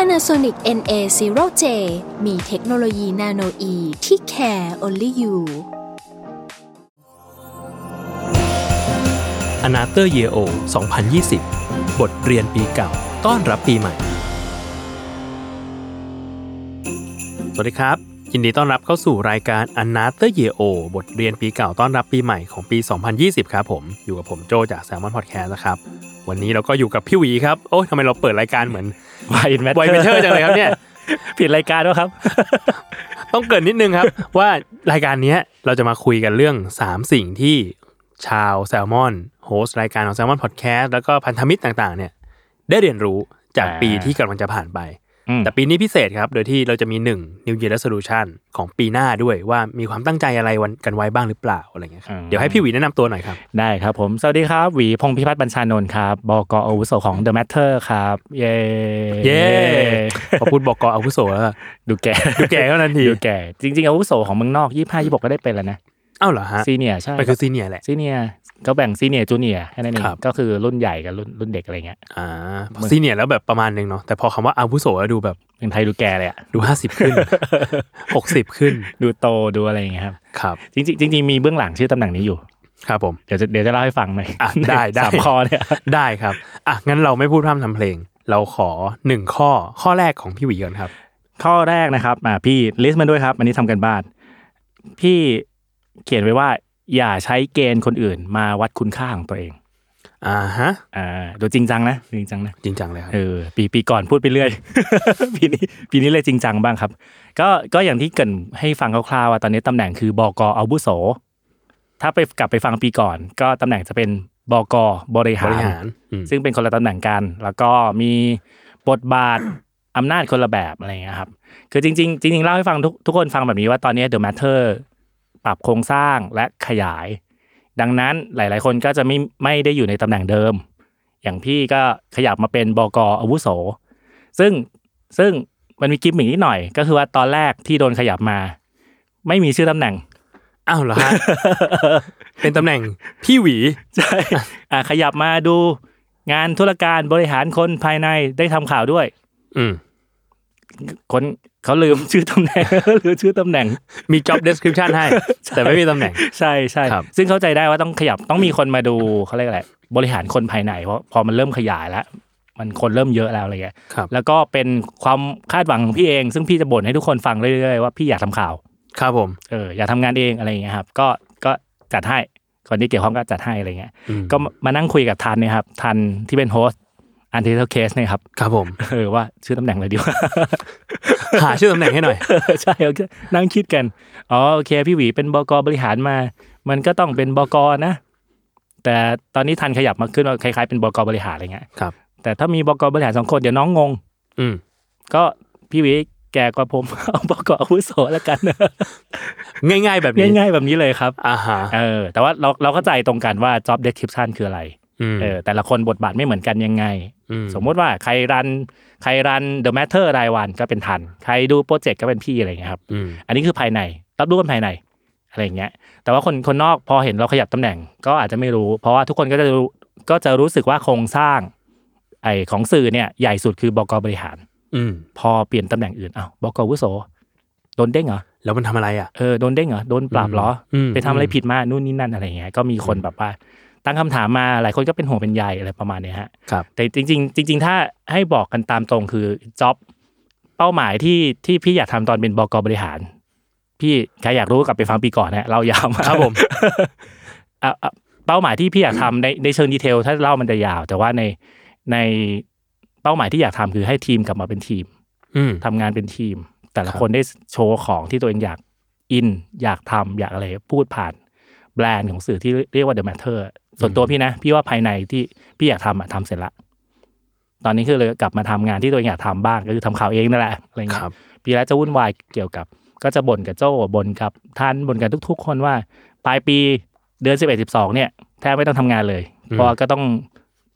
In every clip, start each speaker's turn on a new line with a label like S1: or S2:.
S1: Panasonic NA0J มีเทคโนโลยีนาโนอีที่ care only you
S2: a n a t h e r Year O 2020 บทเรียนปีเก่า ต้อนรับปีใหม่ สวัสดีครับ ยินดีต้อนรับเข้าสู่รายการ a n a t h e r Year O บทเรียนปีเก่า ต้อนรับปีใหม่ของปี 2020 ครับผม อยู่กับผมโจจาก s ซ l m o n Podcast นะครับ วันนี้เราก็อยู่กับพี่หวีครับ โอ้ยทำไมเราเปิดรายการเหมือน
S3: วายแมท
S2: ไวเมเชอร์จังเลยครับเนี่ย
S3: ผิดรายการแล้วครับ
S2: ต้องเกรินนิดนึงครับ ว่ารายการเนี้ยเราจะมาคุยกันเรื่อง 3 สิ่งที่ชาวแซลมอนโฮสต์รายการของแซลมอนพอดแคสต์แล้วก็พันธมิตรต่างๆเนี่ยได้เรียนรู้จาก
S3: อ่า
S2: ปีที่กำลังจะผ่านไป แต่
S3: แต่
S2: ปีนี้พิเศษครับ โดยที่เราจะมี 1 New Year Resolution ของปีหน้าด้วยว่ามีความตั้งใจอะไรวันกันไว้บ้างหรือเปล่าอะไรเงี้ยครับเดี๋ยวให้พี่หวีแนะนำตัวหน่อยครับ
S3: ได้ครับผม สวัสดีครับ หวีพงพิพัฒน์บัญชานนท์ครับ บกอาวุโสของ The Matter ครับ เย้
S2: เย้พอพูดบอกกออาวุโสแล้วอะ
S3: ดูแก่
S2: ดู แก่เท่านั้นที
S3: ดูแก่ จริง ๆ อาวุโสของเมืองนอก25 26ก็ได้เป็นแล้วนะ
S2: อ้าวเหรอฮะ
S3: ซีเนียใช่
S2: มันคือซีเนียแหละ
S3: ซีเนียก็แบ่งซีเนียจูเนียแค่นั้นเอง
S2: ครับ
S3: ก็คือรุ่นใหญ่กับรุ่นรุ่นเด็กอะไรเงี้ย
S2: อ่าพอซีเนียแล้วแบบประมาณนึงเนาะแต่พอคำว่าอาวุโสแล้วดูแบบ
S3: เมืองไทยดูแก่เลยอะ
S2: ดูห้าสิบขึ้น หกสิบขึ้น
S3: ดูโตดูอะไรอย่างเงี้ยครับ
S2: ครับ
S3: จริงๆจริงๆมีเบื้องหลังชื่อตำแหน่งนี้อยู่
S2: ครับผม
S3: เดี๋ยวจะเดี๋ยวจะเล่าให้ฟังหน่อย
S2: อ่ะได้ได้
S3: สามคอเนี่ย
S2: ได้ครับ อ่ะ งั้นเราไม่พูดพร่ำทำเพลง เราขอหนึ่งข้อ ข้อแรกของพี่หวีก่อนครับ
S3: ข้อแรกนะครับอ่าพี่ลิสต์มาด้วยครับ อันนี้ทำกันบ้าน พี่เขียนไว้ว่า อย่าใช้เกณฑ์คนอื่นมาวัดคุณค่าของตัวเอง
S2: อ่าฮะ
S3: อ่าดูจริงจังนะจริงจังนะ
S2: จริงจังเลยครับ
S3: เออปีปีก่อนพูดไปเรื่อย ปีนี้ปีนี้เลยจริงจังบ้างครับ ก็ก็อย่างที่เกรินให้ฟังคร่าวๆว่าตอนนี้ตำแหน่งคือบอกอาวุโส ถ้าไปกลับไปฟังปีก่อน ก็ตำแหน่งจะเป็นบอกบริหา
S2: บ
S3: ร
S2: ริหารอืม
S3: ซึ่งเป็นคนละตำแหน่งกัน แล้วก็มีบทบาท อำนาจคนละแบบอะไรอย่างเงี้ยครับ คือจริง ๆ จริง ๆ เล่าให้ฟังทุกทุกคนฟังแบบนี้ว่าตอนนี้ The Matter ปรับโครงสร้างและขยาย ดังนั้นหลาย ๆ คนก็จะไม่ไม่ได้อยู่ในตำแหน่งเดิม อย่างพี่ก็ขยับมาเป็นบกอาวุโส ซึ่งซึ่งมันมีกิมมิกนิดหน่อย ก็คือว่าตอนแรกที่โดนขยับมา ไม่มีชื่อตำแหน่ง
S2: อ้าวเหรอฮะ เป็นตำแหน่งพี่หวี
S3: ใช่อ่ะขยับมาดูงานธุรการบริหารคนภายในได้ทำข่าวด้วย
S2: อืม
S3: คนเขาลืม ชื่อตำแหน่ง ลืมชื่อตำแหน่ง
S2: มี job description ให้ แต่ไม่มีตำแหน่ง
S3: ใช่ใช่
S2: ครับ
S3: ซึ่งเข้าใจได้ว่าต้องขยับต้องมีคนมาดู เขาเรียกอะไรบริหารคนภายในเพราะพอมันเริ่มขยายแล้วมันคนเริ่มเยอะแล้วอะไรเงี้ย
S2: ครับ
S3: แล้วก็เป็นความคาดหวังของพี่เอง ซึ่งพี่จะบ่นให้ทุกคนฟังเรื่อยๆว่าพี่อยากทำข่าว
S2: ครับผม
S3: เอออยากทำงานเองอะไรอย่างเงี้ยครับ ก็ก็จัดให้คนที่เกี่ยวข้องก็จัดให้อะไรเงี้ย
S2: อืม
S3: ก็มานั่งคุยกับทันเนะครับทันที่เป็นโฮสต์อันเทอร์เคสเนี่ยครับ
S2: ครับผม
S3: เออว่าชื่อตำแหน่งอะไรดีวะ
S2: หาชื่อตำแหน่งให้หน่อย
S3: เอ อใช่โอเคนั่งคิดกัน อ๋อโอเค พี่หวีเป็นบกบริหารมา มันก็ต้องเป็นบกนะ แต่ตอนนี้ทันขยับมาขึ้นว่าคล้ายๆเป็นบกบริหารอะไรเงี้ย
S2: ครับ
S3: แต่ถ้ามีบกบริหารสองคนเดี๋ยวน้องงง
S2: อืม
S3: ก็พี่หวีแก่กว่าผม เอาบกอาวุโสแล้วกัน
S2: ง่ายๆแบบนี้
S3: ง่ายๆแบบนี้เลยครับ
S2: อ่าฮะ
S3: เออ แต่ว่าเราเราเข้าใจตรงกันว่า job description คืออะไร
S2: อืม
S3: เออ แต่ละคนบทบาทไม่เหมือนกันยังไง
S2: ม
S3: สมมุติว่าใครรันใครรัน the matter รายวันก็เป็นทัน ใครดูโปรเจกต์ก็เป็นพี่อะไรเงี้ยครับ
S2: อืม
S3: อันนี้คือภายในรับรู้กันภายในอะไรอย่างเงี้ย แต่ว่าคนคนนอกพอเห็นเราขยับตำแหน่งก็อาจจะไม่รู้ เพราะว่าทุกคนก็จะรู้ก็จะรู้สึกว่าโครงสร้างไอของสื่อเนี่ยใหญ่สุดคือบกบริหาร
S2: อืม
S3: พอเปลี่ยนตำแหน่งอื่นอ้าวบกวุโสโดนเด้งเหรอ
S2: แล้วมันทำอะไรอ่ะ
S3: เออโดนเด้งเหรอโดนปรับเหรอ
S2: อืม
S3: ไปทำอะไรผิดมานู่นนี่นั่นอะไรอย่างเงี้ยก็มีคนแบบว่า ตั้งคำถามมาหลายคนก็เป็นห่วงเป็นใยอะไรประมาณเนี้ยฮะ
S2: ครับ
S3: แต่จริงๆจริง ๆ ถ้าให้บอกกันตามตรงคือจ็อบเป้าหมายที่ที่พี่อยากทำตอนเป็นบกบริหาร พี่ใครอยากรู้กลับไปฟังปีก่อนนะเรายาวมาก
S2: ครับผม
S3: อ่ะอ่ะเป้าหมายที่พี่อยากทำในในเชิงดีเทลถ้าเล่ามันจะยาว แต่ว่าในในเป้าหมายที่อยากทำคือให้ทีมกลับมาเป็นทีม
S2: อืม
S3: ทำงานเป็นทีม แต่ละ
S2: ครับ
S3: คนได้โชว์ของที่ตัวเองอยากอิน อยากทำอยากอะไรพูดผ่านแบรนด์ของสื่อที่เรียกว่า The Matter ส่วนตัวพี่นะ พี่ว่าภายในที่พี่อยากทำอะทำเสร็จละ ตอนนี้คือเลยกลับมาทำงานที่ตัวเองอยากทำบ้างก็คือทำข่าวเองนั่นแหละอะไร
S2: ค
S3: เงี้ย
S2: รับ
S3: ปีแล้วจะวุ่นวายเกี่ยวกับ ก็จะบ่นกับโจ้บ่นกับท่านบ่นกันทุก ๆ คนว่า ปลายปีเดือนสิบเอ็ดสิบสองเนี่ยแทบไม่ต้องทำงานเลย
S2: อืม
S3: เพราะก็ต้อง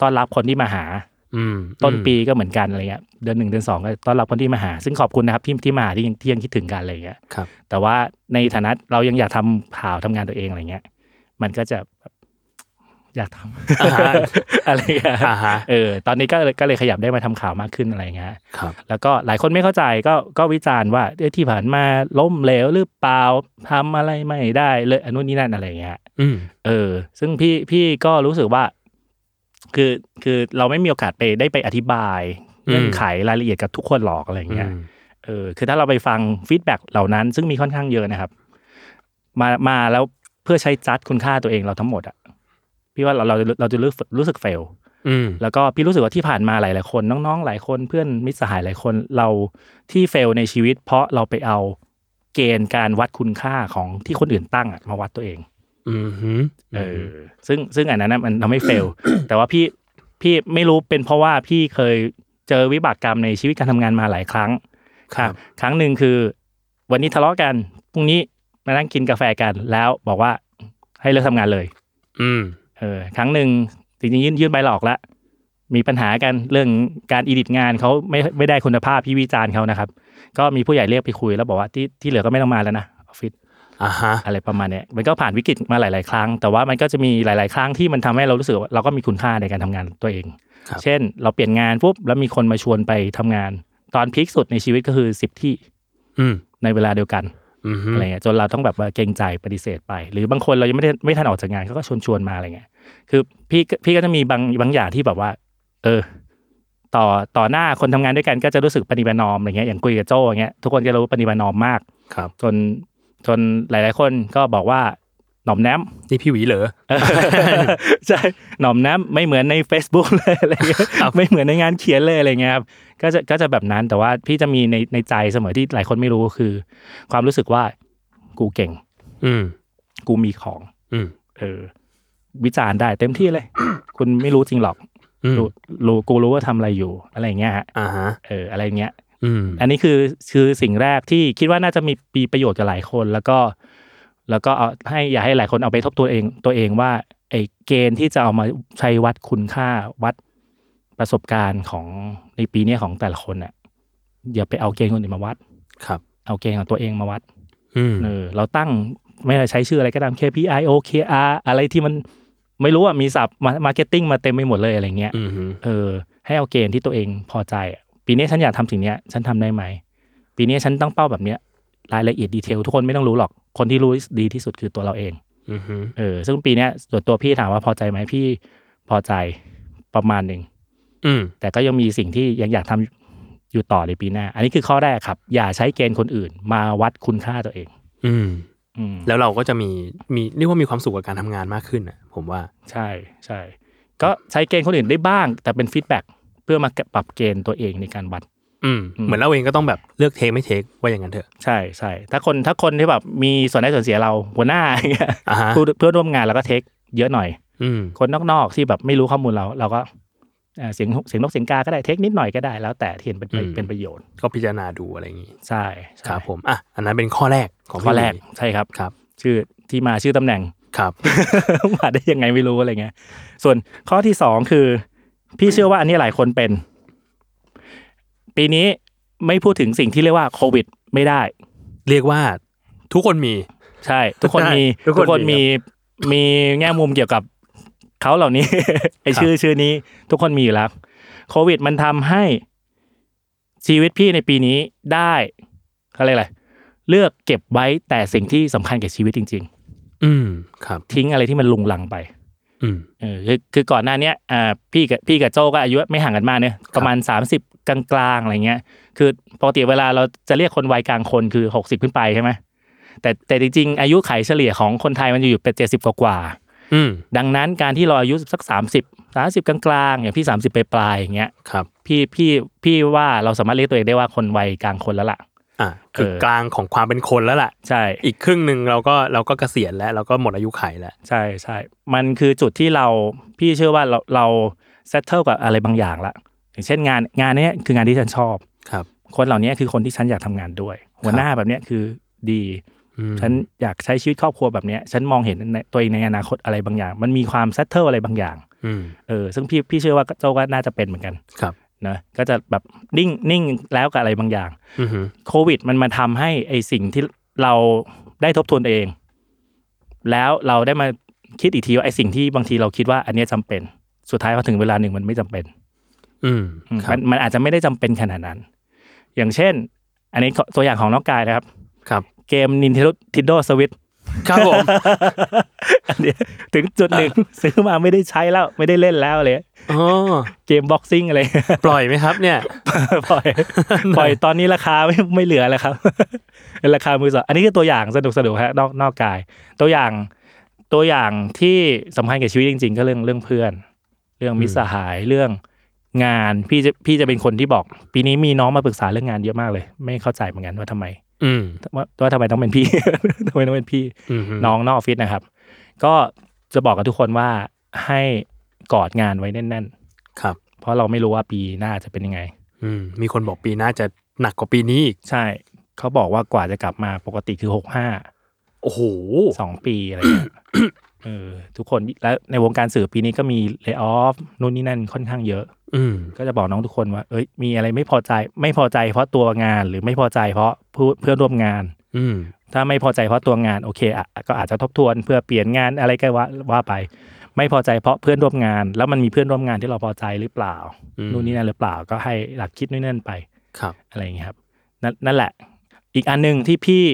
S3: ต้อนรับคนที่มาหา
S2: อืม
S3: ต้นปีก็เหมือนกันอะไรเงี้ยเดือนหนึ่งเดือนสองก็ต้อนรับคนที่มาหา ซึ่งขอบคุณนะครับที่ที่มาหาที่ยังที่ยังคิดถึงกันอะไรเงี้ย
S2: ครับ
S3: แต่ว่าในฐานะเรายังอยากทำข่าวทำงานตัวเองอะไรเงี้ย มันก็จะแบบอยากท
S2: อ่าฮะ
S3: ำ อะไรเงี้ย
S2: อ่าฮะ
S3: เออ ตอนนี้ก็เลยก็เลยขยับได้มาทำข่าวมากขึ้นอะไรเงี้ย
S2: ครับ
S3: แล้วก็หลายคนไม่เข้าใจก็ก็วิจารณ์ว่าเอ้ยที่ผ่านมาล้มเหลวหรือเปล่าทำอะไรไม่ได้เลยอนนุนนี่นั่นอะไรอย่างเงี้ย
S2: อืม
S3: เออ ซึ่งพี่พี่ก็รู้สึกว่า คือคือเราไม่มีโอกาสไปได้ไปอธิบายเงื่อนไขรายละเอียดกับทุกคนหรอกอะไรอย่างเงี้ย
S2: อืม
S3: เออคือถ้าเราไปฟังฟีดแบ็กเหล่านั้น ซึ่งมีค่อนข้างเยอะนะครับ มามาแล้วเพื่อใช้จัดคุณค่าตัวเองเราทั้งหมดอะพี่ว่าเราเราเราจะรู้สึกรู้สึกเฟล
S2: อืม
S3: แล้วก็พี่รู้สึกว่าที่ผ่านมาหลาย ๆ คนน้อง ๆ หลายคนเพื่อนมิตรสหายหลายคนเราที่เฟลในชีวิต เพราะเราไปเอาเกณฑ์การวัดคุณค่าของที่คนอื่นตั้งอะมาวัดตัวเอง
S2: อืมฮึ
S3: เออซึ่งซึ่งอันนั้นอะมันทำให้เฟล แต่ว่าพี่พี่ไม่รู้เป็นเพราะว่าพี่เคยเจอวิบากกรรมในชีวิตการทำงานมาหลายครั้ง
S2: ครับ
S3: ครั้งหนึ่งคือ วันนี้ทะเลาะกันพรุ่งนี้มานั่งกินกาแฟกันแล้วบอกว่าให้เลิกทำงานเลย
S2: อืม
S3: เออครั้งหนึ่งจริงๆยื่นยื่นใบหลอกละมีปัญหากันเรื่องการอีดิตงานเขาไม่ไม่ได้คุณภาพพี่วิจารณ์เขานะครับ ก็มีผู้ใหญ่เรียกไปคุยแล้วบอกว่าที่ที่เหลือก็ไม่ต้องมาแล้วนะออฟฟิศ
S2: อ่าฮะ
S3: อะไรประมาณเนี้ยมันก็ผ่านวิกฤตมาหลาย ๆ ครั้ง แต่ว่ามันก็จะมีหลาย ๆ ครั้งที่มันทำให้เรารู้สึกว่าเราก็มีคุณค่าในการทำงานตัวเอง
S2: ครับ
S3: เช่น เราเปลี่ยนงานปุ๊บแล้วมีคนมาชวนไปทำงาน ตอนพีคสุดในชีวิตก็คือ 10 ที่
S2: อืม
S3: ในเวลาเดียวกัน
S2: อืมฮึ
S3: อะไรเงี้ยจนเราต้องแบบว่าเกรงใจปฏิเสธไป หรือบางคนเรายังไม่ได้ไม่ทันออกจากงานเขาก็ชวนชวนๆมาอะไรเงี้ยคือพี่ก็พี่ก็จะมีบางบางอย่างที่แบบว่า เออ ต่อต่อหน้าคนทำงานด้วยกันก็จะรู้สึกปฏิบัตินอมอะไรเงี้ยอย่างคุยกับโจ้อย่างเงี้ยทุกคนจะรู้ปฏิบัตินอมมาก
S2: ครับ
S3: จนจนหลาย ๆ คนก็บอกว่าหน่อมแน ม
S2: นี่พี่หวีเหรอ
S3: ใช่หน่อมน้ำไม่เหมือนใน Facebook เลยอะไรเงี้ย
S2: ครับ
S3: ไม่เหมือนในงานเขียนเลยอะไรเงี้ยครับก็จะก็จะแบบนั้นแต่ว่าพี่จะมีในในใจเสมอที่หลายคนไม่รู้คือ ความรู้สึกว่ากูเก่ง
S2: อืม
S3: กูมีของ
S2: อืม
S3: เออ วิจารณ์ได้เต็มที่เลย คุณไม่รู้จริงหรอก
S2: อืม
S3: รู้รู้กูรู้ว่าทำอะไรอยู่อะไรอย่างเงี้ยฮะ
S2: อ่าฮะ
S3: เอออะไรเงี้ย
S2: อืม
S3: อันนี้คือคือสิ่งแรกที่คิดว่าน่าจะมีปีประโยชน์กับหลายคน แล้วก็ แล้วก็เอาให้อยากให้หลายคนเอาไปทบทวนเองตัวเองว่าไอ้เกณฑ์ที่จะเอามาใช้วัดคุณค่าวัดประสบการณ์ของในปีเนี้ยของแต่ละคนน่ะอย่าไปเอาเกณฑ์คนอื่นมาวัด
S2: ครับ
S3: เอาเกณฑ์ของตัวเองมาวัด
S2: อืม
S3: เออเราตั้งไม่ได้ใช้ชื่ออะไรก็ตาม KPI OKR อะไรที่มันไม่รู้อ่ะมีศัพท์มาร์เก็ตติ้งมาเต็มไปหมดเลยอะไรเงี้ย
S2: อืมฮึ
S3: เออให้เอาเกณฑ์ที่ตัวเองพอใจอะปีนี้ฉันอยากทำสิ่งเนี้ยฉันทำได้ไหม ปีนี้ฉันตั้งเป้าแบบเนี้ยรายละเอียดดีเทลทุกคนไม่ต้องรู้หรอกคนที่รู้ดีที่สุดคือตัวเราเอง
S2: อืมฮึ
S3: เออซึ่งปีเนี้ยส่วนตัวพี่ถามว่าพอใจไหมพี่พอใจประมาณหนึ่ง
S2: อืม
S3: แต่ก็ยังมีสิ่งที่ยังอยากทำอยู่ต่อในปีหน้า อันนี้คือข้อแรกครับ อย่าใช้เกณฑ์คนอื่น มาวัดคุณค่าตัวเอง
S2: อืม
S3: อืม
S2: แล้วเราก็จะมี มีเรียกว่ามีความสุขกับการทำงานมากขึ้นอ่ะ ผมว่า
S3: ใช่ใช่ก็ใช้เกณฑ์คนอื่นได้บ้าง แต่เป็นฟีดแบ็กเพื่อมาปรับเกณฑ์ตัวเองในการวัด
S2: อืม
S3: อืม
S2: เหมือนเราเองก็ต้องแบบเลือกเทคไม่เทคว่าอย่างนั้นเถอะ
S3: ใช่ใช่ถ้าคนถ้าคนที่แบบมีส่วนได้ส่วนเสียเราหัวหน้า อย่างเงี้ย
S2: อ่าฮะ
S3: ผู้เพื่อนร่วมงานเราก็เทคเยอะหน่อย
S2: อืม
S3: คนนอกๆที่แบบไม่รู้ข้อมูลเรา เราก็เอ่อเสียงเสียงนกเสียงกาก็ได้เทคนิดหน่อยก็ได้ แล้วแต่ที่เห็นเป็น
S2: อืม
S3: เป็นประโยชน์
S2: ก็พิจารณาดูอะไรอย่างงี้
S3: ใช่ใช่
S2: ครับผม อ่ะ อันนั้นเป็นข้อแรกของพี่
S3: ข้อแรก
S2: หวี
S3: ใช่ครับ
S2: ครับ
S3: ชื่อที่มาชื่อตำแหน่ง
S2: ครับ
S3: มาได้ยังไงไม่รู้อะไรเงี้ย ส่วนข้อที่สองคือ พี่เชื่อว่าอันนี้หลายคนเป็น ปีนี้ไม่พูดถึงสิ่งที่เรียกว่าโควิด ไม่ได้
S2: เรียกว่าทุกคนมี
S3: ใช่ ทุกคนมี
S2: ทุกคนมี
S3: มีมีแง่มุมเกี่ยวกับเขาเหล่านี้ ไอ
S2: ครับ
S3: ชื่อชื่อนี้ ทุกคนมีอยู่แล้วโควิดมันทำให้ชีวิตพี่ในปีนี้ได้เขาเรียกอะไรเลือกเก็บไว้แต่สิ่งที่สำคัญกับชีวิตจริง
S2: อืม ครับ
S3: ๆ ทิ้งอะไรที่มันลุงลังไป
S2: อืม
S3: เออคือคือก่อนหน้าเนี้ยอ่าพี่กับพี่กับโจก็อายุไม่ห่างกันมากเนี่ยประมาณ 30 กลางๆอะไรเงี้ย คือปกติเวลาเราจะเรียกคนวัยกลางคนคือ 60 ขึ้นไปใช่ไหมแต่แต่จริงๆ อายุไขเฉลี่ยของคนไทยมันอยู่เป็นเจ็ดสิบกว่า
S2: อืม
S3: ๆดังนั้นการที่เราอายุสัก 30 30 กลางๆ อย่างพี่ 30 ไปปลายๆอย่างเงี้ย
S2: ครับ
S3: พี่พี่พี่ว่าเราสามารถเรียกตัวเองได้ว่าคนวัยกลางคนแล้วล่ะ
S2: อ่ะ คือ
S3: เออ
S2: กลางของความเป็นคนแล้วล่ะ
S3: ใช่
S2: อีกครึ่งหนึ่งเราก็เราก็เกษียณแล้วเราก็หมดอายุไขแล้ว
S3: ใช่ใช่ มันคือจุดที่เราพี่เชื่อว่าเราเราเซตเทิลกับอะไรบางอย่างละ อย่างเช่นงานงานเนี้ยคืองานที่ฉันชอบ
S2: ครับ
S3: คนเหล่านี้คือคนที่ฉันอยากทำงานด้วย หัวหน้าแบบเนี้ยคือดี
S2: อืม
S3: ฉันอยากใช้ชีวิตครอบครัวแบบเนี้ย ฉันมองเห็นในตัวเองในอนาคตอะไรบางอย่าง มันมีความเซตเทิลอะไรบางอย่าง
S2: อืม
S3: เออ ซึ่งพี่พี่เชื่อว่าโจก็น่าจะเป็นเหมือนกัน
S2: ครับ
S3: นะก็จะแบบนิ่งนิ่งแล้วกับอะไรบางอย่าง
S2: อือฮึ
S3: โควิดมันมาทำให้ไอสิ่งที่เราได้ทบทวนตัวเอง แล้วเราได้มาคิดอีกทีว่าไอสิ่งที่บางทีเราคิดว่าอันเนี้ยจำเป็น สุดท้ายพอถึงเวลาหนึ่งมันไม่จำเป็น
S2: อืมครั
S3: มั
S2: บ
S3: นมันอาจจะไม่ได้จำเป็นขนาดนั้น อย่างเช่น อันนี้ขอตัวอย่างของน้องกายนะครับ
S2: ครับ
S3: เกม Nintendo Nintendo Switch
S2: ครับผม
S3: อันเนี้ยถึงจุดหนึ่ง ซื้อมาไม่ได้ใช้แล้ว ไม่ได้เล่นแล้วเลย
S2: อ๋อ
S3: เกมบ็อกซิ่งอะไร
S2: ปล่อยไหมครับเนี่ย
S3: ปล่อยปล่อยตอนนี้ราคาไม่ไม่เหลือแล้วครับ ราคามือสองอันนี้คือตัวอย่างสนุกสนุกฮะนอกนอกกาย ตัวอย่างตัวอย่างที่สำคัญกับชีวิตจริง ๆ ก็เรื่องเรื่องเพื่อน เรื่องมิตรสหายเรื่องงานพี่จะพี่จะเป็นคนที่บอก ปีนี้มีน้องมาปรึกษาเรื่องงานเยอะมากเลย ไม่เข้าใจเหมือนกันว่าทำไม
S2: อืม
S3: ว่าว่าทำไมต้องเป็นพี่ ทำไมต้องเป็นพี่
S2: อืม
S3: น้องนอกออฟฟิศนะครับ ก็จะบอกกับทุกคนว่าให้กอดงานไว้แน่น
S2: ครับ
S3: ๆ เพราะเราไม่รู้ว่าปีหน้าจะเป็นยังไง
S2: อืมมีคนบอกปีหน้าจะหนักกว่าปีนี้อีก
S3: ใช่ เขาบอกว่ากว่าจะกลับมาปกติคือหกห้า
S2: โอ้โห
S3: สองปีอะไรเงี้ ย เออทุกคนแล้วในวงการสื่อปีนี้ก็มีเล y o ออฟนู่นนี่นั่นค่อนข้างเยอะ
S2: อืม
S3: ก็จะบอกน้องทุกคนว่า เอ้ยมีอะไรไม่พอใจ ไม่พอใจเพราะตัวงานหรือไม่พอใจเพราะผู้เพื่อนร่วมงาน
S2: อืม
S3: ถ้าไม่พอใจเพราะตัวงานโอเคอ่ะก็อาจจะทบทวนเพื่อเปลี่ยนงานอะไรก็ว่าว่าไป ไม่พอใจเพราะเพื่อนร่วมงาน แล้วมันมีเพื่อนร่วมงานที่เราพอใจหรือเปล่า
S2: อืม
S3: นู่นนี่นั่นหรือเปล่าก็ให้หลักคิดนู่นนนั่นไป
S2: ครับ
S3: อะไรอย่างเงี้ยครับนนนั่นแหละ อีกอันหนึ่งที่พี่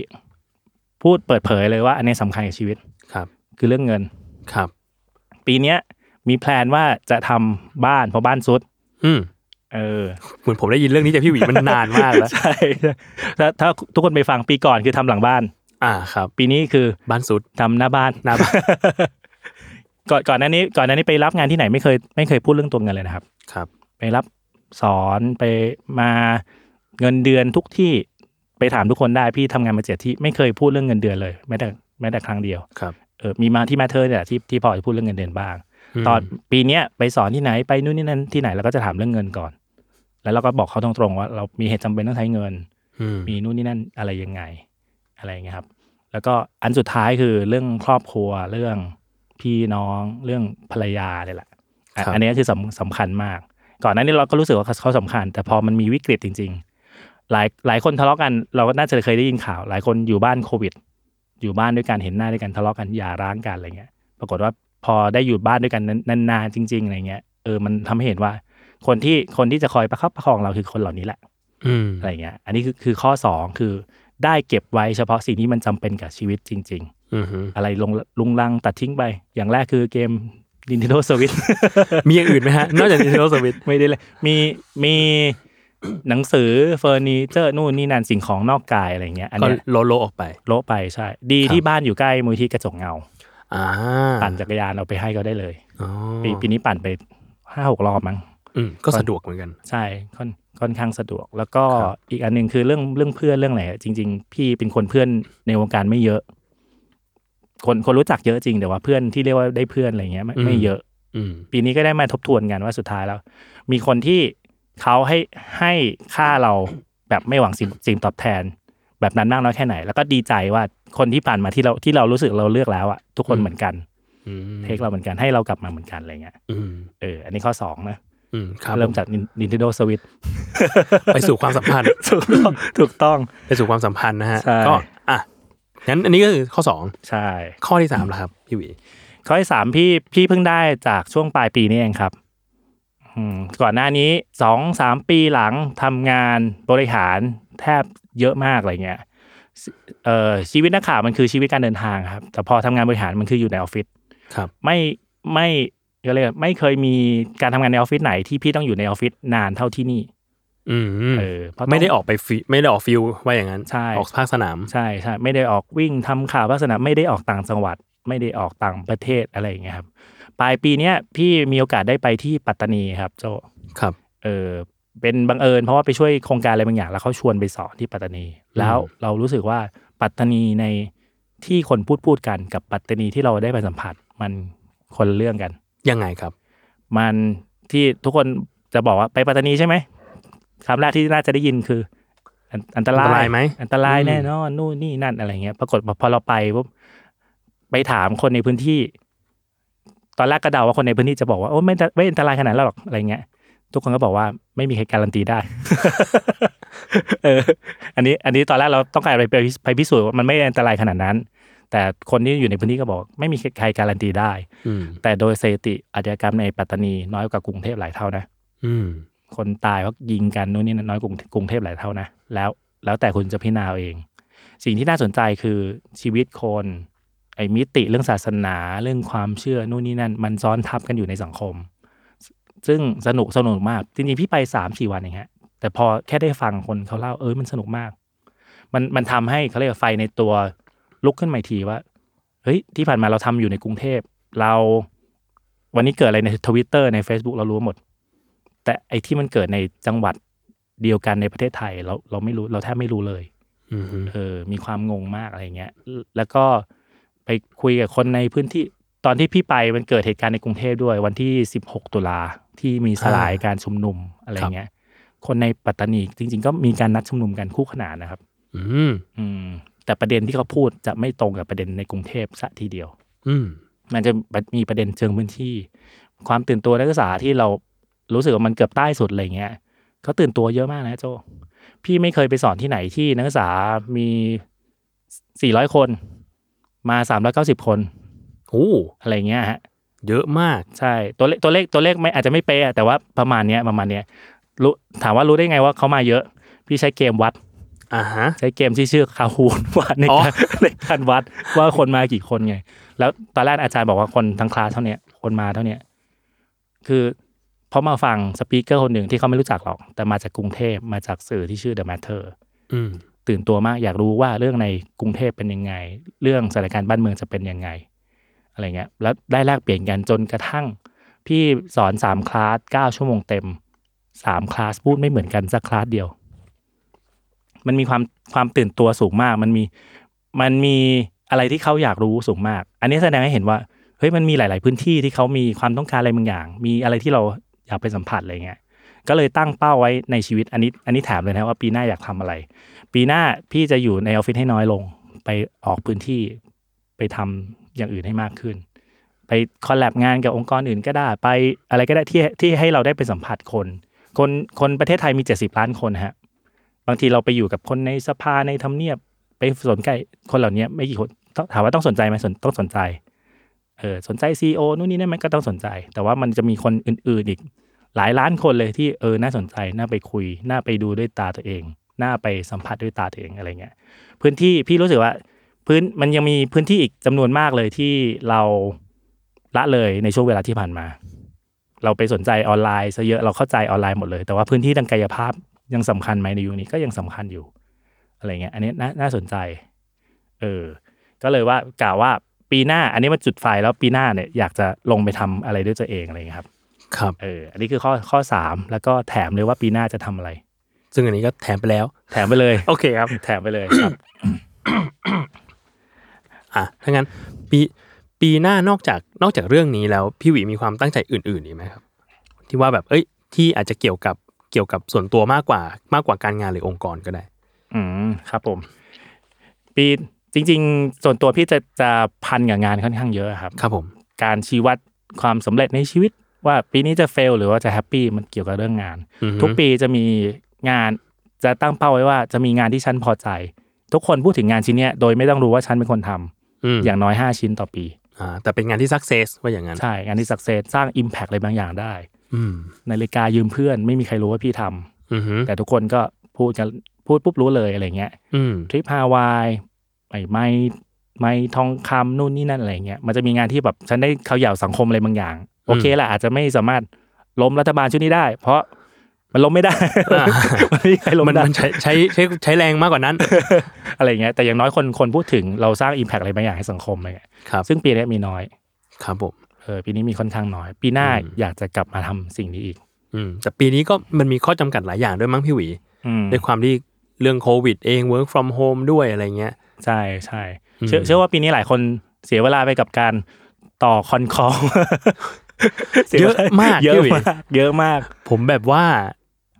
S3: พูดเปิดเผยเลยว่า อันนี้สำคัญกับชีวิต
S2: ครับ
S3: คือเรื่องเงิน
S2: ครับ
S3: ปีเนี้ยมีแพลนว่าจะทำบ้านเพราะบ้านซุด
S2: อืม
S3: เออ
S2: เหมือนผมได้ยินเรื่องนี้จากพี่หวีมันนานมาก แล้ว
S3: ใช่ถ้าถ้าทุกคนไปฟังปีก่อนคือทำหลังบ้าน
S2: อ่าครับ
S3: ปีนี้คือ
S2: บ้านสุด
S3: ทำหน้าบ้าน
S2: หน้าบ้าน
S3: ก่อนก่อนหน้านี้ก่อนหน้านี้ไปรับงานที่ไหนไม่เคยไม่เคยพูดเรื่องตัวเงินเลยนะครับ
S2: ครับ
S3: ไปรับสอนไปมาเงินเดือนทุกที่ไปถามทุกคนได้พี่ทำงานมาเจ็ดที่ไม่เคยพูดเรื่องเงินเดือนเลยแม้แต่แม้แต่ครั้งเดียว
S2: ครับ
S3: เออมีมาที่มาเธอเนี่ยแหละที่ที่พอจะพูดเรื่องเงินเดือนบ้าง ตอนปีเนี้ยไปสอนที่ไหนไปนู่นนี่นั่นที่ไหนเราก็จะถามเรื่องเงินก่อน แล้วเราก็บอกเขาตรงๆว่า เรามีเหตุจำเป็นต้องใช้เงิน
S2: อืม
S3: มีนู่นนี่นั่นอะไรยังไงอะไรอย่างเงี้ยครับ แล้วก็อันสุดท้ายคือเรื่องครอบครัวเรื่องพี่น้องเรื่องภรรยาเลยแหละอ่ะอันนี้คือสำสำคัญมาก ก่อนหน้านี้เราก็รู้สึกว่าเขาสำคัญ แต่พอมันมีวิกฤตจริง ๆ หลายหลายคนทะเลาะกัน เราก็น่าจะเคยได้ยินข่าว หลายคนอยู่บ้านโควิด อยู่บ้านด้วยกันเห็นหน้าด้วยกันทะเลาะกันหย่าร้างกันอะไรเงี้ย ปรากฏว่าพอได้อยู่บ้านด้วยกันนานๆจริงๆอะไรเงี้ยเออมันทำให้เห็นว่าคนที่คนที่จะคอยประคับประคองเราคือคนเหล่านี้แหละ
S2: อืม
S3: อะไรเงี้ย อันนี้คือคือข้อ 2 คือได้เก็บไว้เฉพาะสิ่งที่มันจำเป็นกับชีวิตจริง
S2: อือหือ
S3: ๆ อะไรลงลุงลังตัดทิ้งไป อย่างแรกคือเกม Nintendo Switch
S2: มีอย่างอื่นไหมฮะ นอกจาก Nintendo Switch
S3: ไม่ได้เลย มีมีหนังสือเฟอร์นิเจอร์นู่นนี่นั่นสิ่งของนอกกายอะไรเงี้ย อัน
S2: ก็
S3: เนี้ย
S2: โลโลออกไป
S3: โละไปใช่ ดี
S2: ครับ
S3: ที่บ้านอยู่ใกล้มือที่กระจกเงา
S2: อ่า
S3: ปั่นจักรยานเอาไปให้ก็ได้เลย
S2: อ๋อ
S3: ปีปีนี้ปั่นไปห้าหกรอบมั้ง
S2: อืมก็สะดวกเหมือนกัน
S3: ใช่ค่อนค่อนข้างสะดวก แล้วก็
S2: ครับ
S3: อีกอันหนึ่งคือเรื่องเรื่องเพื่อนเรื่องอะไรอะจริง ๆ พี่เป็นคนเพื่อนในวงการไม่เยอะ คนคนรู้จักเยอะจริงแต่ว่าเพื่อนที่เรียกว่าได้เพื่อนอะไรเงี้ยไม่ไม่เยอะ
S2: อืม
S3: ปีนี้ก็ได้มาทบทวนกันว่าสุดท้ายแล้ว มีคนที่เขาให้ให้ค่าเราแบบไม่หวังสิ่งสิ่งตอบแทน แบบนั้นมากน้อยแค่ไหน แล้วก็ดีใจว่าคนที่ผ่านมาที่เราที่เรารู้สึกเราเลือกแล้วอะทุกคนเหมือนกัน
S2: อืม
S3: เทคเราเหมือนกันให้เรากลับมาเหมือนกันอะไรเงี้ย
S2: อืม
S3: เอออันนี้ข้อสองนะ
S2: อืมครับ
S3: เริ่มจาก Nintendo Switch
S2: ไปสู่ความสัมพัน ธ์
S3: ถูกต้องถูกต้อง
S2: ไปสู่ความสัมพันธ์นะฮะ
S3: ใช่
S2: ก็อ่ะงั้นอันนี้ก็คือข้อสอง
S3: ใช่
S2: ข้อที่สามแล้วครับพี่หวี
S3: ข้อที่สามพี่พี่เพิ่งได้จากช่วงปลายปีนี่เองครับอืมก่อนหน้านี้สองสามปีหลังทำงานบริหารแทบเยอะมากอะไรเงี้ยสเอ่อชีวิตนักข่าวมันคือชีวิตการเดินทางครับ แต่พอทำงานบริหารมันคืออยู่ในออฟฟิศ
S2: ครับ
S3: ไม่ไม่ก็เลยกไม่เคยมีการทำงานในออฟฟิศไหนที่พี่ต้องอยู่ในออฟฟิศนานเท่าที่นี่
S2: อืม
S3: เออเพราะต้ง
S2: ไม่ได้ออกไปฟิไม่ได้ออกฟิลว่าอย่างนั้น
S3: ใช่
S2: ออกภาคสนาม
S3: ใช่ใช่ไม่ได้ออกวิ่งทำข่าวลักษณะไม่ได้ออกต่างจังหวัด ไม่ได้ออกต่างประเทศอะไรอย่างเงี้ยครับปลายปีเนี้ยพี่มีโอกาสได้ไปที่ปัตตานีครับโจ
S2: ครับ
S3: เออเป็นบังเอิญเพราะว่าไปช่วยโครงการอะไรบางอย่างแล้วเขาชวนไปสอนที่ปัตตานี แล้วเรารู้สึกว่าปัตตานีในที่คนพูดพูดกันกับปัตตานีที่เราได้ไปสัมผัสมันคนละเรื่องกัน
S2: ยังไงครับ
S3: มันที่ทุกคน จะบอกว่าไปปัตตานีใช่ไหมคำแรกที่น่าจะได้ยินคือ อันอันตราย
S2: อันตรายไหม
S3: อันตราย
S2: อืม
S3: แน่นอนนู่นนี่นั่นอะไรเงี้ย ปรากฏพอเราไปปุ๊บไปถามคนในพื้นที่ ตอนแรกก็เดาว่าคนในพื้นที่จะบอกว่าโอ้ไม่ไม่อันตรายขนาดนั้นหรอกอะไรเงี้ย ทุกคนก็บอกว่าไม่มีใครการันตี ได้ เออ อันนี้ อันนี้ตอนแรกเราต้องการไปไปพิสูจน์ว่ามันไม่อันตรายขนาดนั้น แต่คนที่อยู่ในพื้นที่ก็บอก ไม่มีใครการันตีได้
S2: อืม
S3: แต่โดยสถิติอาชญากรรมในปัตตานีน้อยกว่ากรุงเทพหลายเท่านะ
S2: อืม
S3: คนตายเพราะยิงกันนู่นนี่นั่นน้อยกว่ากรุงเทพหลายเท่านะ แล้วแล้วแต่คุณจะพิจารณาเอาเอง สิ่งที่น่าสนใจคือชีวิตคน ไอ้มิติเรื่องศาสนาเรื่องความเชื่อนู่นนี่นั่น มันซ้อนทับกันอยู่ในสังคม ซึ่งสนุกสนุกมาก จริงๆ พี่ไปสามสี่วันเองฮะ แต่พอแค่ได้ฟังคนเขาเล่าเอ้ยมันสนุกมาก มันมันทำให้เขาเรียกว่าไฟในตัวลุกขึ้นมาอีกทีว่า เฮ้ยที่ผ่านมาเราทำอยู่ในกรุงเทพ เราวันนี้เกิดอะไรในทวิตเตอร์ใน Facebook เรารู้หมด แต่ไอ้ที่มันเกิดในจังหวัดเดียวกันในประเทศไทยเราเราไม่รู้เราแทบไม่รู้เลย
S2: อืม
S3: เออ มีความงงมากอะไรเงี้ย แล้วก็ไปคุยกับคนในพื้นที่ ตอนที่พี่ไปมันเกิดเหตุการณ์ในกรุงเทพด้วย วันที่ 16 ตุลาที่มีสลายการชุมนุมอะไรเงี้ย คนในปัตตานีจริง ๆ ก็มีการนัดชุมนุมกันคู่ขนานนะครับ
S2: อืม
S3: อืม แต่ประเด็นที่เขาพูดจะไม่ตรงกับประเด็นในกรุงเทพซะทีเดียว
S2: อืม
S3: มันจะมีประเด็นเชิงพื้นที่ ความตื่นตัวนักศึกษาที่เรารู้สึกว่ามันเกือบใต้สุดอะไรเงี้ยเขาตื่นตัวเยอะมากนะโจพี่ไม่เคยไปสอนที่ไหนที่นักศึกษามี 400 คน มา 390 คน
S2: โอ้
S3: อะไรเงี้ยฮะ
S2: เยอะมาก
S3: ใช่ตัวเลขตัวเลขตัวเลขไม่อาจจะไม่เป๊ะอะแต่ว่าประมาณเนี้ยประมาณเนี้ยรู้ถามว่ารู้ได้ไงว่าเขามาเยอะ พี่ใช้เกมวัด
S2: อ่าฮะ
S3: ใช้เกมที่ชื่อคาฮูน วัดใน
S2: อ๋อ
S3: การในการวัดว่าคนมากี่คนไง แล้วตอนแรกอาจารย์บอกว่าคนทั้งคลาสเท่าเนี้ยคนมาเท่าเนี้ยคือเพราะมาฟังสปีกเกอร์คนหนึ่งที่เขาไม่รู้จักหรอก แต่มาจากกรุงเทพมาจากสื่อที่ชื่อ The Matter
S2: อืม
S3: ตื่นตัวมากอยากรู้ว่าเรื่องในกรุงเทพเป็นยังไง เรื่องสถานการณ์บ้านเมืองจะเป็นยังไง อะไรเงี้ยแล้วได้แลกเปลี่ยนกันจนกระทั่ง พี่สอนสามคลาสเก้าชั่วโมงเต็มสามคลาสพูดไม่เหมือนกันสักคลาสเดียว มันมีความความตื่นตัวสูงมาก มันมีมันมีอะไรที่เขาอยากรู้สูงมาก อันนี้แสดงให้เห็นว่าเฮ้ยมันมีหลาย ๆ พื้นที่ที่เขามีความต้องการอะไรบางอย่าง มีอะไรที่เราอยากไปสัมผัสอะไรเงี้ยก็เลยตั้งเป้าไว้ในชีวิตอันนี้ อันนี้ถามเลยนะว่าปีหน้าอยากทำอะไร ปีหน้าพี่จะอยู่ในออฟฟิศให้น้อยลง ไปออกพื้นที่ไปทำอย่างอื่นให้มากขึ้น ไปคอลแลบงานกับองค์กรอื่นก็ได้ ไปอะไรก็ได้ที่ที่ให้เราได้ไปสัมผัสคน คนคนประเทศไทยมี 70 ล้านคนฮะ บางทีเราไปอยู่กับคนในสภาในทำเนียบ ไปสนใจคนเหล่านี้ไม่กี่คนต้องถามว่าต้องสนใจไหมสนต้องสนใจเออสนใจซีอนู่นนี่นั่นไหมก็ต้องสนใจ แต่ว่ามันจะมีคนอื่นๆอีก หลายล้านคนเลยที่เออน่าสนใจน่าไปคุย น่าไปดูด้วยตาตัวเอง น่าไปสัมผัสด้วยตาตัวเองอะไรเงี้ยพื้นที่พี่รู้สึกว่า พื้นมันยังมีพื้นที่อีกจำนวนมากเลยที่เราละเลยในช่วงเวลาที่ผ่านมา เราไปสนใจออนไลน์ซะเยอะเราเข้าใจออนไลน์หมดเลย แต่ว่าพื้นที่ทางกายภาพยังสำคัญไหมในยุคนี้ก็ยังสำคัญอยู่ อะไรเงี้ย อันนี้น่าน่าสนใจ เออ ก็เลยว่ากล่าวว่าปีหน้า อันนี้มันจุดไฟแล้วปีหน้าเนี่ยอยากจะลงไปทำอะไรด้วยตัวเองอะไรเงี้ยครับ
S2: ครับ
S3: เออ อันนี้คือข้อข้อสามแล้วก็แถมเลยว่าปีหน้าจะทำอะไร
S2: ซึ่งอันนี้ก็แถมไปแล้ว
S3: แถมไปเลย
S2: โอเคครับ
S3: แถมไปเลยครับ
S2: อ่ะถ้างั้นปีปีหน้านอกจากนอกจากเรื่องนี้แล้วพี่หวีมีความตั้งใจอื่นๆอีกไหมครับ ที่ว่าแบบเอ้ยที่อาจจะเกี่ยวกับเกี่ยวกับส่วนตัวมากกว่ามากกว่าการงานหรือองค์กรก็ได้
S3: อืมครับผม ปีจริง ๆ ส่วนตัวพี่จะจะพันกับงานค่อนข้างเยอะครับ
S2: ครับผม
S3: การชี้วัดความสำเร็จในชีวิต ว่าปีนี้จะเฟลหรือว่าจะแฮปปี้มันเกี่ยวกับเรื่องงาน
S2: อือฮึ
S3: ทุกปีจะมีงานจะตั้งเป้าไว้ว่าจะมีงานที่ฉันพอใจ ทุกคนพูดถึงงานชิ้นเนี้ยโดยไม่ต้องรู้ว่าฉันเป็นคนทำ
S2: อืม
S3: อย่างน้อย 5 ชิ้นต่อปี
S2: อ่าแต่เป็นงานที่สักเซสว่าอย่างนั้น
S3: ใช่งานที่สักเซสสร้าง Impact อะไรบางอย่างได้
S2: อืม
S3: นาฬิกายืมเพื่อน ไม่มีใครรู้ว่าพี่ทำ
S2: อือหือ
S3: แต่ทุกคนก็พูดกันพูดปุ๊บรู้เลยอะไรเงี้ย
S2: อืม
S3: ทริปฮาวายไอ้ไม้ไม้ทองคำนู่นนี่นั่นอะไรเงี้ยมันจะมีงานที่แบบฉันได้เขย่าสังคมอะไรบางอย่าง โอเคแหละอาจจะไม่สามารถล้มรัฐบาลชุดนี้ได้ เพราะมันล้มไม่ได้ มันไม่มีใครล้ม
S2: มัน
S3: ได้
S2: มันใช้ใช้ใช้ใช้แรงมากกว่านั้น
S3: อะไรเงี้ยแต่อย่างน้อยคนคนพูดถึงเราสร้างอิมแพกอะไรบางอย่างให้สังคมอะไรเงี้ย
S2: ครับ
S3: ซึ่งปีนี้มีน้อย
S2: ครับผม
S3: เออปีนี้มีค่อนข้างน้อย ปีหน้า
S2: อืม
S3: อยากจะกลับมาทำสิ่งนี้อีก
S2: อืมแต่ปีนี้ก็มันมีข้อจำกัดหลายอย่างด้วยมั้งพี่หวี
S3: อืม
S2: ด้วยความที่เรื่องโควิดเอง work from home ด้วยอะไรเงี้ย
S3: ใช่ใช่
S2: อืม
S3: เชื่อเชื่อว่าปีนี้หลายคนเสียเวลาไปกับการต่อคอนคอล สี
S2: เยอะมาก
S3: เยอะ
S2: พี่อุ๋ย
S3: มากเยอะมาก
S2: ผมแบบว่า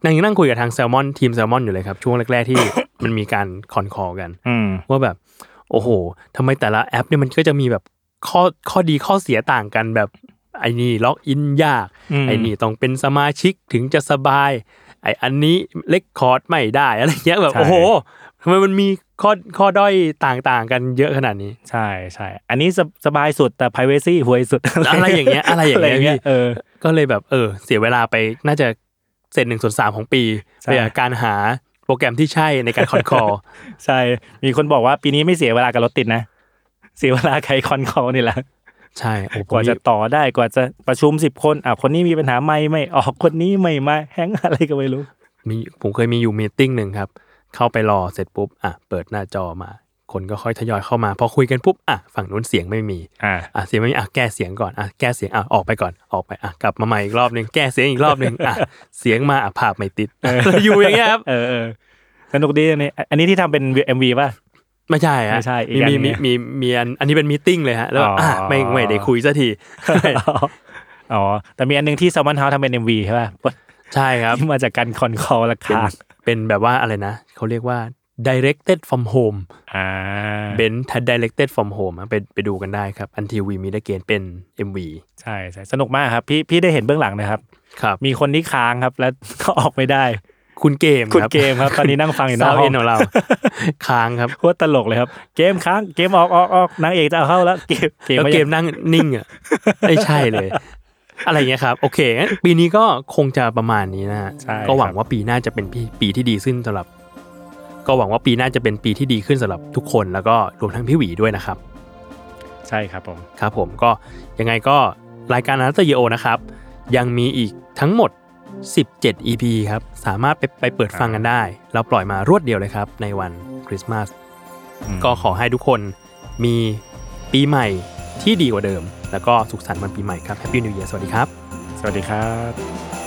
S2: นั่งนั่งคุยกับทางแซลมอนทีมแซลมอนอยู่เลยครับช่วงแรกๆที่ มันมีการคอนคอลกัน
S3: อืม
S2: ว่าแบบ โอ้โหทำไมแต่ละแอปเนี่ยมันก็จะมีแบบข้อข้อดีข้อเสียต่างกันแบบไอ้นี่ล็อกอินยาก
S3: อืม
S2: ไอ้นี่ต้องเป็นสมาชิกถึงจะสบาย ไอ้อันนี้เล็กคอร์ดไม่ได้อะไรเงี้ยแบบโอ้โหทำไมมันมีข้อข้อด้อยต่างๆ กันเยอะขนาดนี้
S3: ใช่ใช่อันนี้สบสบายสุดแต่ privacy ห่วยสุด
S2: อะไรอย่างเงี้ยอะไรอย่างเงี้ยพี่
S3: เออ
S2: ก็เลยแบบเออ เสียเวลาไปน่าจะเศษหนึ่งส่วนสามของปี
S3: ใช่
S2: ไปกับการหาโปรแกรมที่ใช่ในการคอนคอ
S3: ใช่ มีคนบอกว่าปีนี้ไม่เสียเวลากับรถติดนะ เสียเวลาใครคอนคอลนี่แหละ
S2: ใช่โอ้ผ
S3: ก
S2: ม
S3: ว่าจะต่อได้กว่าจะประชุมสิบคนอ่ะคนนี้มีปัญหาไม่ไม่ออกคนนี้ไม่มาแฮงอะไรก็ไม่รู้
S2: มีผมเคยมีอยู่มีติ้งหนึ่งครับ เข้าไปรอเสร็จปุ๊บอ่ะเปิดหน้าจอมา คนก็ค่อยทยอยเข้ามา พอคุยกันปุ๊บอ่ะฝั่งนู้นเสียงไม่มี
S3: อ่า
S2: อ่ะเสียงไม่มีอ่ะแก้เสียงก่อนอ่ะแก้เสียงอ่ะออกไปก่อนออกไปอ่ะกลับมาใหม่อีกรอบหนึ่งแก้เสียงอีกรอบหนึ่งอ่ะเสียงมาอ่ะภาพไม่ติดอยู่อย่างเงี้ยครับ
S3: เออเออสนุกดีอันนี้อันนี้ที่ทำเป็น MV ป่ะ
S2: ไม่ใช่ฮะ
S3: ไม่ใช่อีก
S2: มี
S3: อันหนึ่ง
S2: มีมีมีอันอันนี้เป็นมีติ้งเลยฮะแล้ว
S3: อ๋ออ่
S2: อ่ะไม่ไม่ได้คุยสักที
S3: อ๋อ แต่มีอันหนึงที่ Salmon House ทำเป็น MV ใช่ป่ะ
S2: ใช่ครับ
S3: ที่มาจากการคอนคอลรา
S2: เป็น
S3: คา
S2: เป็นแบบว่าอะไรนะ เขาเรียกว่า directed from home
S3: อ่า
S2: เบนทัด directed from home อะไปไปดูกันได้ครับ until we meet again เป็น MV
S3: ใช่ใช่สนุกมากครับ พี่พี่ได้เห็นเบื้องหลังนะครับ
S2: ครับ
S3: มีคนที่ค้างครับ แล้วก็ออกไม่ได้
S2: คุณเกม
S3: คุณ
S2: รับ
S3: เกม ครับตอนนี้นั่งฟังอยู่ห
S2: สา
S3: น้าว ห้
S2: เอ็
S3: อง
S2: นของเรา ค้างครับ
S3: โคตรตลกเลยครับ เกมค้างเกมออกออกออกนางเอกจะเอาเข้าแล้วเกมเกม
S2: แล้ว
S3: ไม่
S2: เก
S3: ยั
S2: ม
S3: ง
S2: นั่งนิ่ง อ่ะ ไม่ใช่เลย อะไรอย่างเงี้ยครับ โอเคงั้นปีนี้ก็คงจะประมาณนี้นะฮะ
S3: ใช่
S2: ก็หวั
S3: ค
S2: ง
S3: รับ
S2: ว่าปีหน้าจะเป็นปีปีที่ดีขึ้นสำหรับ ก็หวังว่าปีหน้าจะเป็นปีที่ดีขึ้นสำหรับทุกคนแล้วก็รวมทั้งพี่หวีด้วยนะครับ
S3: ใช่ครับผม
S2: ครับผมก็ยังไงก็รายการนัตเตอร์เยโอนะครับ ยังมีอีกทั้งหมด 17 EP ครับ สามารถไปไปเปิดฟังกันได้ เราปล่อยมารวดเดียวเลยครับ ในวันคริสต์มาส
S3: อืม
S2: ก็ขอให้ทุกคนมีปีใหม่ที่ดีกว่าเดิม แล้วก็สุขสันต์วันปีใหม่ครับ Happy New Year สวัสดีครับ
S3: สวัสดีครับ